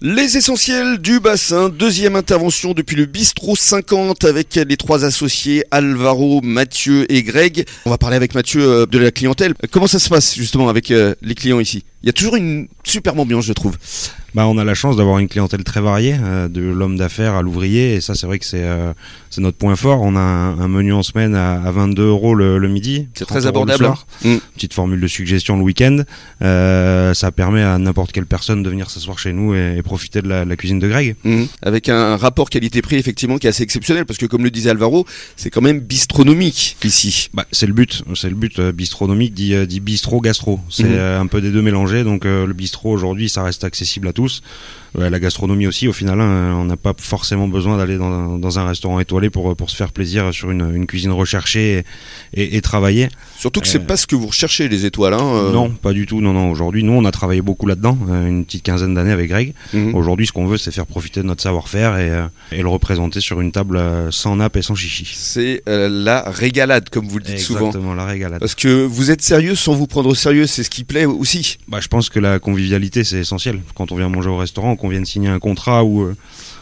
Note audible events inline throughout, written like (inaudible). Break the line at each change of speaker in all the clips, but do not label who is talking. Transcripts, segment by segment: Les essentiels du bassin, deuxième intervention depuis le bistrot 50 avec les trois associés Alvaro, Mathieu et Greg. On va parler avec Mathieu euh, de la clientèle. Euh, Comment ça se passe justement avec euh, les clients ici Il y a toujours une superbe ambiance je trouve.
Bah, on a la chance d'avoir une clientèle très variée, euh, de l'homme d'affaires à l'ouvrier, et ça c'est vrai que c'est euh, c'est notre point fort. On a un, un menu en semaine à, à 22 euros le, le midi.
C'est
30
très
euros le
abordable,
soir.
hein. Mm.
Petite formule de suggestion le week-end. Euh, ça permet à n'importe quelle personne de venir s'asseoir chez nous et, et profiter de la, la cuisine de Greg.
Mhm. Avec un rapport qualité-prix effectivement qui est assez exceptionnel parce que comme le disait Alvaro, c'est quand même bistronomique ici.
Bah, c'est le but, c'est le but euh, bistronomique dit, euh, dit bistrot gastro. C'est
Mhm.
euh, un peu des deux mélangés. Donc euh, le bistrot aujourd'hui, ça reste accessible à tous. Ouais, la gastronomie aussi, au final, hein, on n'a pas forcément besoin d'aller dans, un- dans un restaurant étoilé pour, euh, pour se faire plaisir sur une, une cuisine recherchée et, et- et travaillée.
Surtout que c'est
Euh.
pas ce que vous recherchez les étoiles. hein, euh.
Non, pas du tout. Non, non. Aujourd'hui, nous, on a travaillé beaucoup là-dedans, euh, une petite quinzaine d'années avec Greg.
Mhm.
Aujourd'hui, ce qu'on veut, c'est faire profiter de notre savoir-faire et, euh, et le représenter sur une table euh, sans nappe et sans chichi.
C'est euh, la régalade comme vous le dites souvent.
Exactement, la régalade.
Parce que vous êtes sérieux sans vous prendre au sérieux, c'est ce qui plaît aussi.
Bah, je pense que la convivialité, c'est essentiel. Quand on vient manger au restaurant, qu'on vienne signer un contrat ou, euh,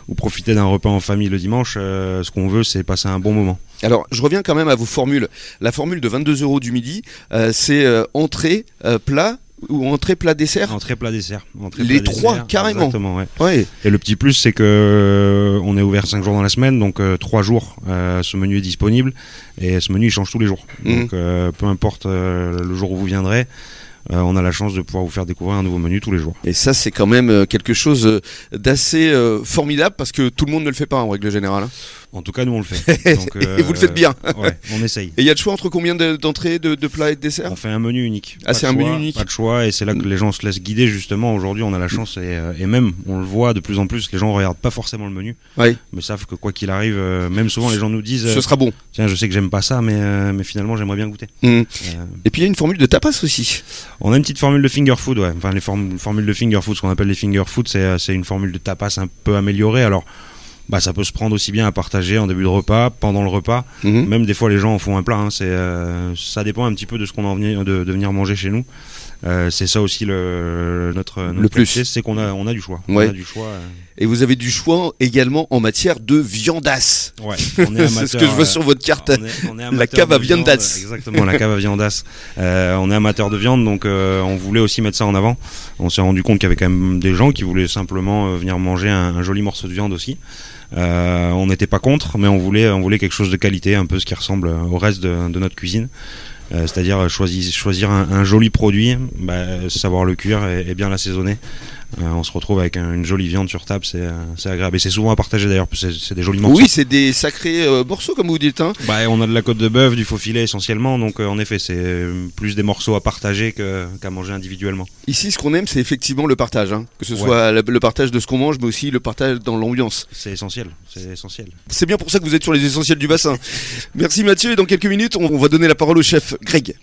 ou profiter d'un repas en famille le dimanche, euh, ce qu'on veut, c'est passer un bon moment.
Alors, je reviens quand même à vos formules. La formule de 22 euros du midi, euh, c'est euh, entrée, euh, plat ou entrée, plat, dessert
Entrée, plat, dessert. Entrée,
Les
plat,
trois,
dessert.
carrément.
Exactement, ouais.
Ouais.
Et le petit plus, c'est que euh, on est ouvert 5 jours dans la semaine, donc 3 jours, euh, ce menu est disponible. Et ce menu, il change tous les jours.
Mhm.
Donc, euh, peu importe euh, le jour où vous viendrez, euh, on a la chance de pouvoir vous faire découvrir un nouveau menu tous les jours.
Et ça, c'est quand même euh, quelque chose euh, d'assez euh, formidable parce que tout le monde ne le fait pas en règle générale. hein.
En tout cas, nous, on
(laughs)
le fait. Donc, euh,
et vous le faites bien.
ouais, on essaye.
Et il y a le choix entre combien de- d'entrées, de, de plats et de desserts
On fait un menu unique.
Ah,
Pas de
c'est un
choix,
menu unique. Mm.
Pas de choix, et c'est là que les gens se laissent guider justement. Aujourd'hui, on a la chance, et, euh, et même, on le voit de plus en plus, les gens regardent pas forcément le menu,
Oui,
mais savent que quoi qu'il arrive, euh, même souvent les gens nous disent
ce
euh,
sera bon.
Tiens, je sais que j'aime pas ça, mais, euh, mais finalement, j'aimerais bien goûter.
Mm.
Euh,
Et puis il y a une formule de tapas aussi.
on a une petite formule de finger food, ouais. Enfin, les form- formules de finger food, ce qu'on appelle les finger food, c'est euh, c'est une formule de tapas un peu améliorée. Alors, bah, ça peut se prendre aussi bien à partager en début de repas, pendant le repas.
Mhm.
Même des fois, les gens en font un plat. hein. C'est, euh, ça dépend un petit peu de ce qu'on a envie de, de venir manger chez nous. Euh, c'est ça aussi le, notre, notre
Le plus.
qualité, c'est qu'on a, on a du choix.
Ouais.
On a du choix. euh.
Et vous avez du choix également en matière de viandasse.
Ouais, on
(laughs) C'est
est
ce
amateur,
que je vois
euh,
sur votre carte.
on est- on est amateur
cave
de
à viandas.
viande, Exactement, la cave à viandas. Euh, on est amateur de viande, donc euh, on voulait aussi mettre ça en avant. On s'est rendu compte qu'il y avait quand même des gens qui voulaient simplement euh, venir manger un, un joli morceau de viande aussi. Euh, on n'était pas contre, mais on voulait, on voulait quelque chose de qualité, un peu ce qui ressemble au reste de, de notre cuisine. Euh, C'est-à-dire choisir, choisir un, un joli produit, bah, savoir le cuire et, et bien l'assaisonner. Euh, on se retrouve avec un- une jolie viande sur table, c'est euh, c'est agréable. Et c'est souvent à partager d'ailleurs, parce que c'est c'est des jolis morceaux.
Oui, c'est des sacrés euh, morceaux comme vous dites. hein.
Bah, on a de la côte de bœuf, du faux filet essentiellement, donc euh, en effet, c'est euh, plus des morceaux à partager que- qu'à manger individuellement.
Ici, ce qu'on aime, c'est effectivement le partage. hein. Que ce
Ouais.
soit le le partage de ce qu'on mange, mais aussi le partage dans l'ambiance.
C'est essentiel, c'est essentiel.
C'est bien pour ça que vous êtes sur les essentiels du bassin. Merci Mathieu. Et dans quelques minutes, on on va donner la parole au chef Greg.